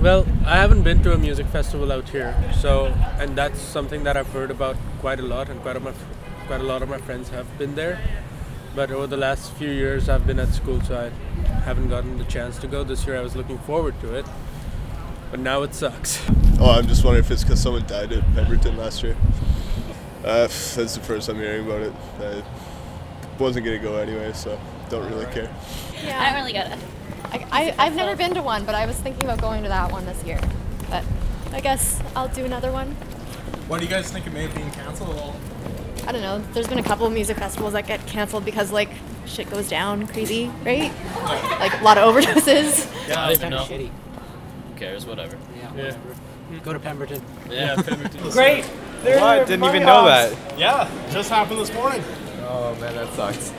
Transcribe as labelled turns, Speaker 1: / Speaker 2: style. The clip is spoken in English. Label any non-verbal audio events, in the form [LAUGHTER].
Speaker 1: Well, I haven't been to a music festival out here, so and that's something that I've heard about quite a lot, and quite a, my, quite a lot of my friends have been there. But over the last few years, I've been at school, so I haven't gotten the chance to go. This year, I was looking forward to it, but now it sucks. [LAUGHS]
Speaker 2: Oh, I'm just wondering if it's because someone died at Pemberton last year. Uh, that's the first I'm hearing about it. I wasn't gonna go anyway, so don't really care.
Speaker 3: I don't really get it.
Speaker 4: I, I, I've never been to one, but I was thinking about going to that one this year. But I guess I'll do another one.
Speaker 5: What do you guys think of May being canceled?
Speaker 4: I don't know. There's been a couple of music festivals that get canceled because like shit goes down crazy, right? Like a lot of overdoses.
Speaker 5: Yeah,
Speaker 6: I don't even know.
Speaker 7: Shitty.
Speaker 6: Who cares? Whatever.
Speaker 1: Yeah,
Speaker 7: Go to Pemberton.
Speaker 6: Yeah.
Speaker 8: Great. They're
Speaker 9: What? Didn't even know that.
Speaker 5: Yeah, just happened this morning.
Speaker 9: Oh man, that sucks.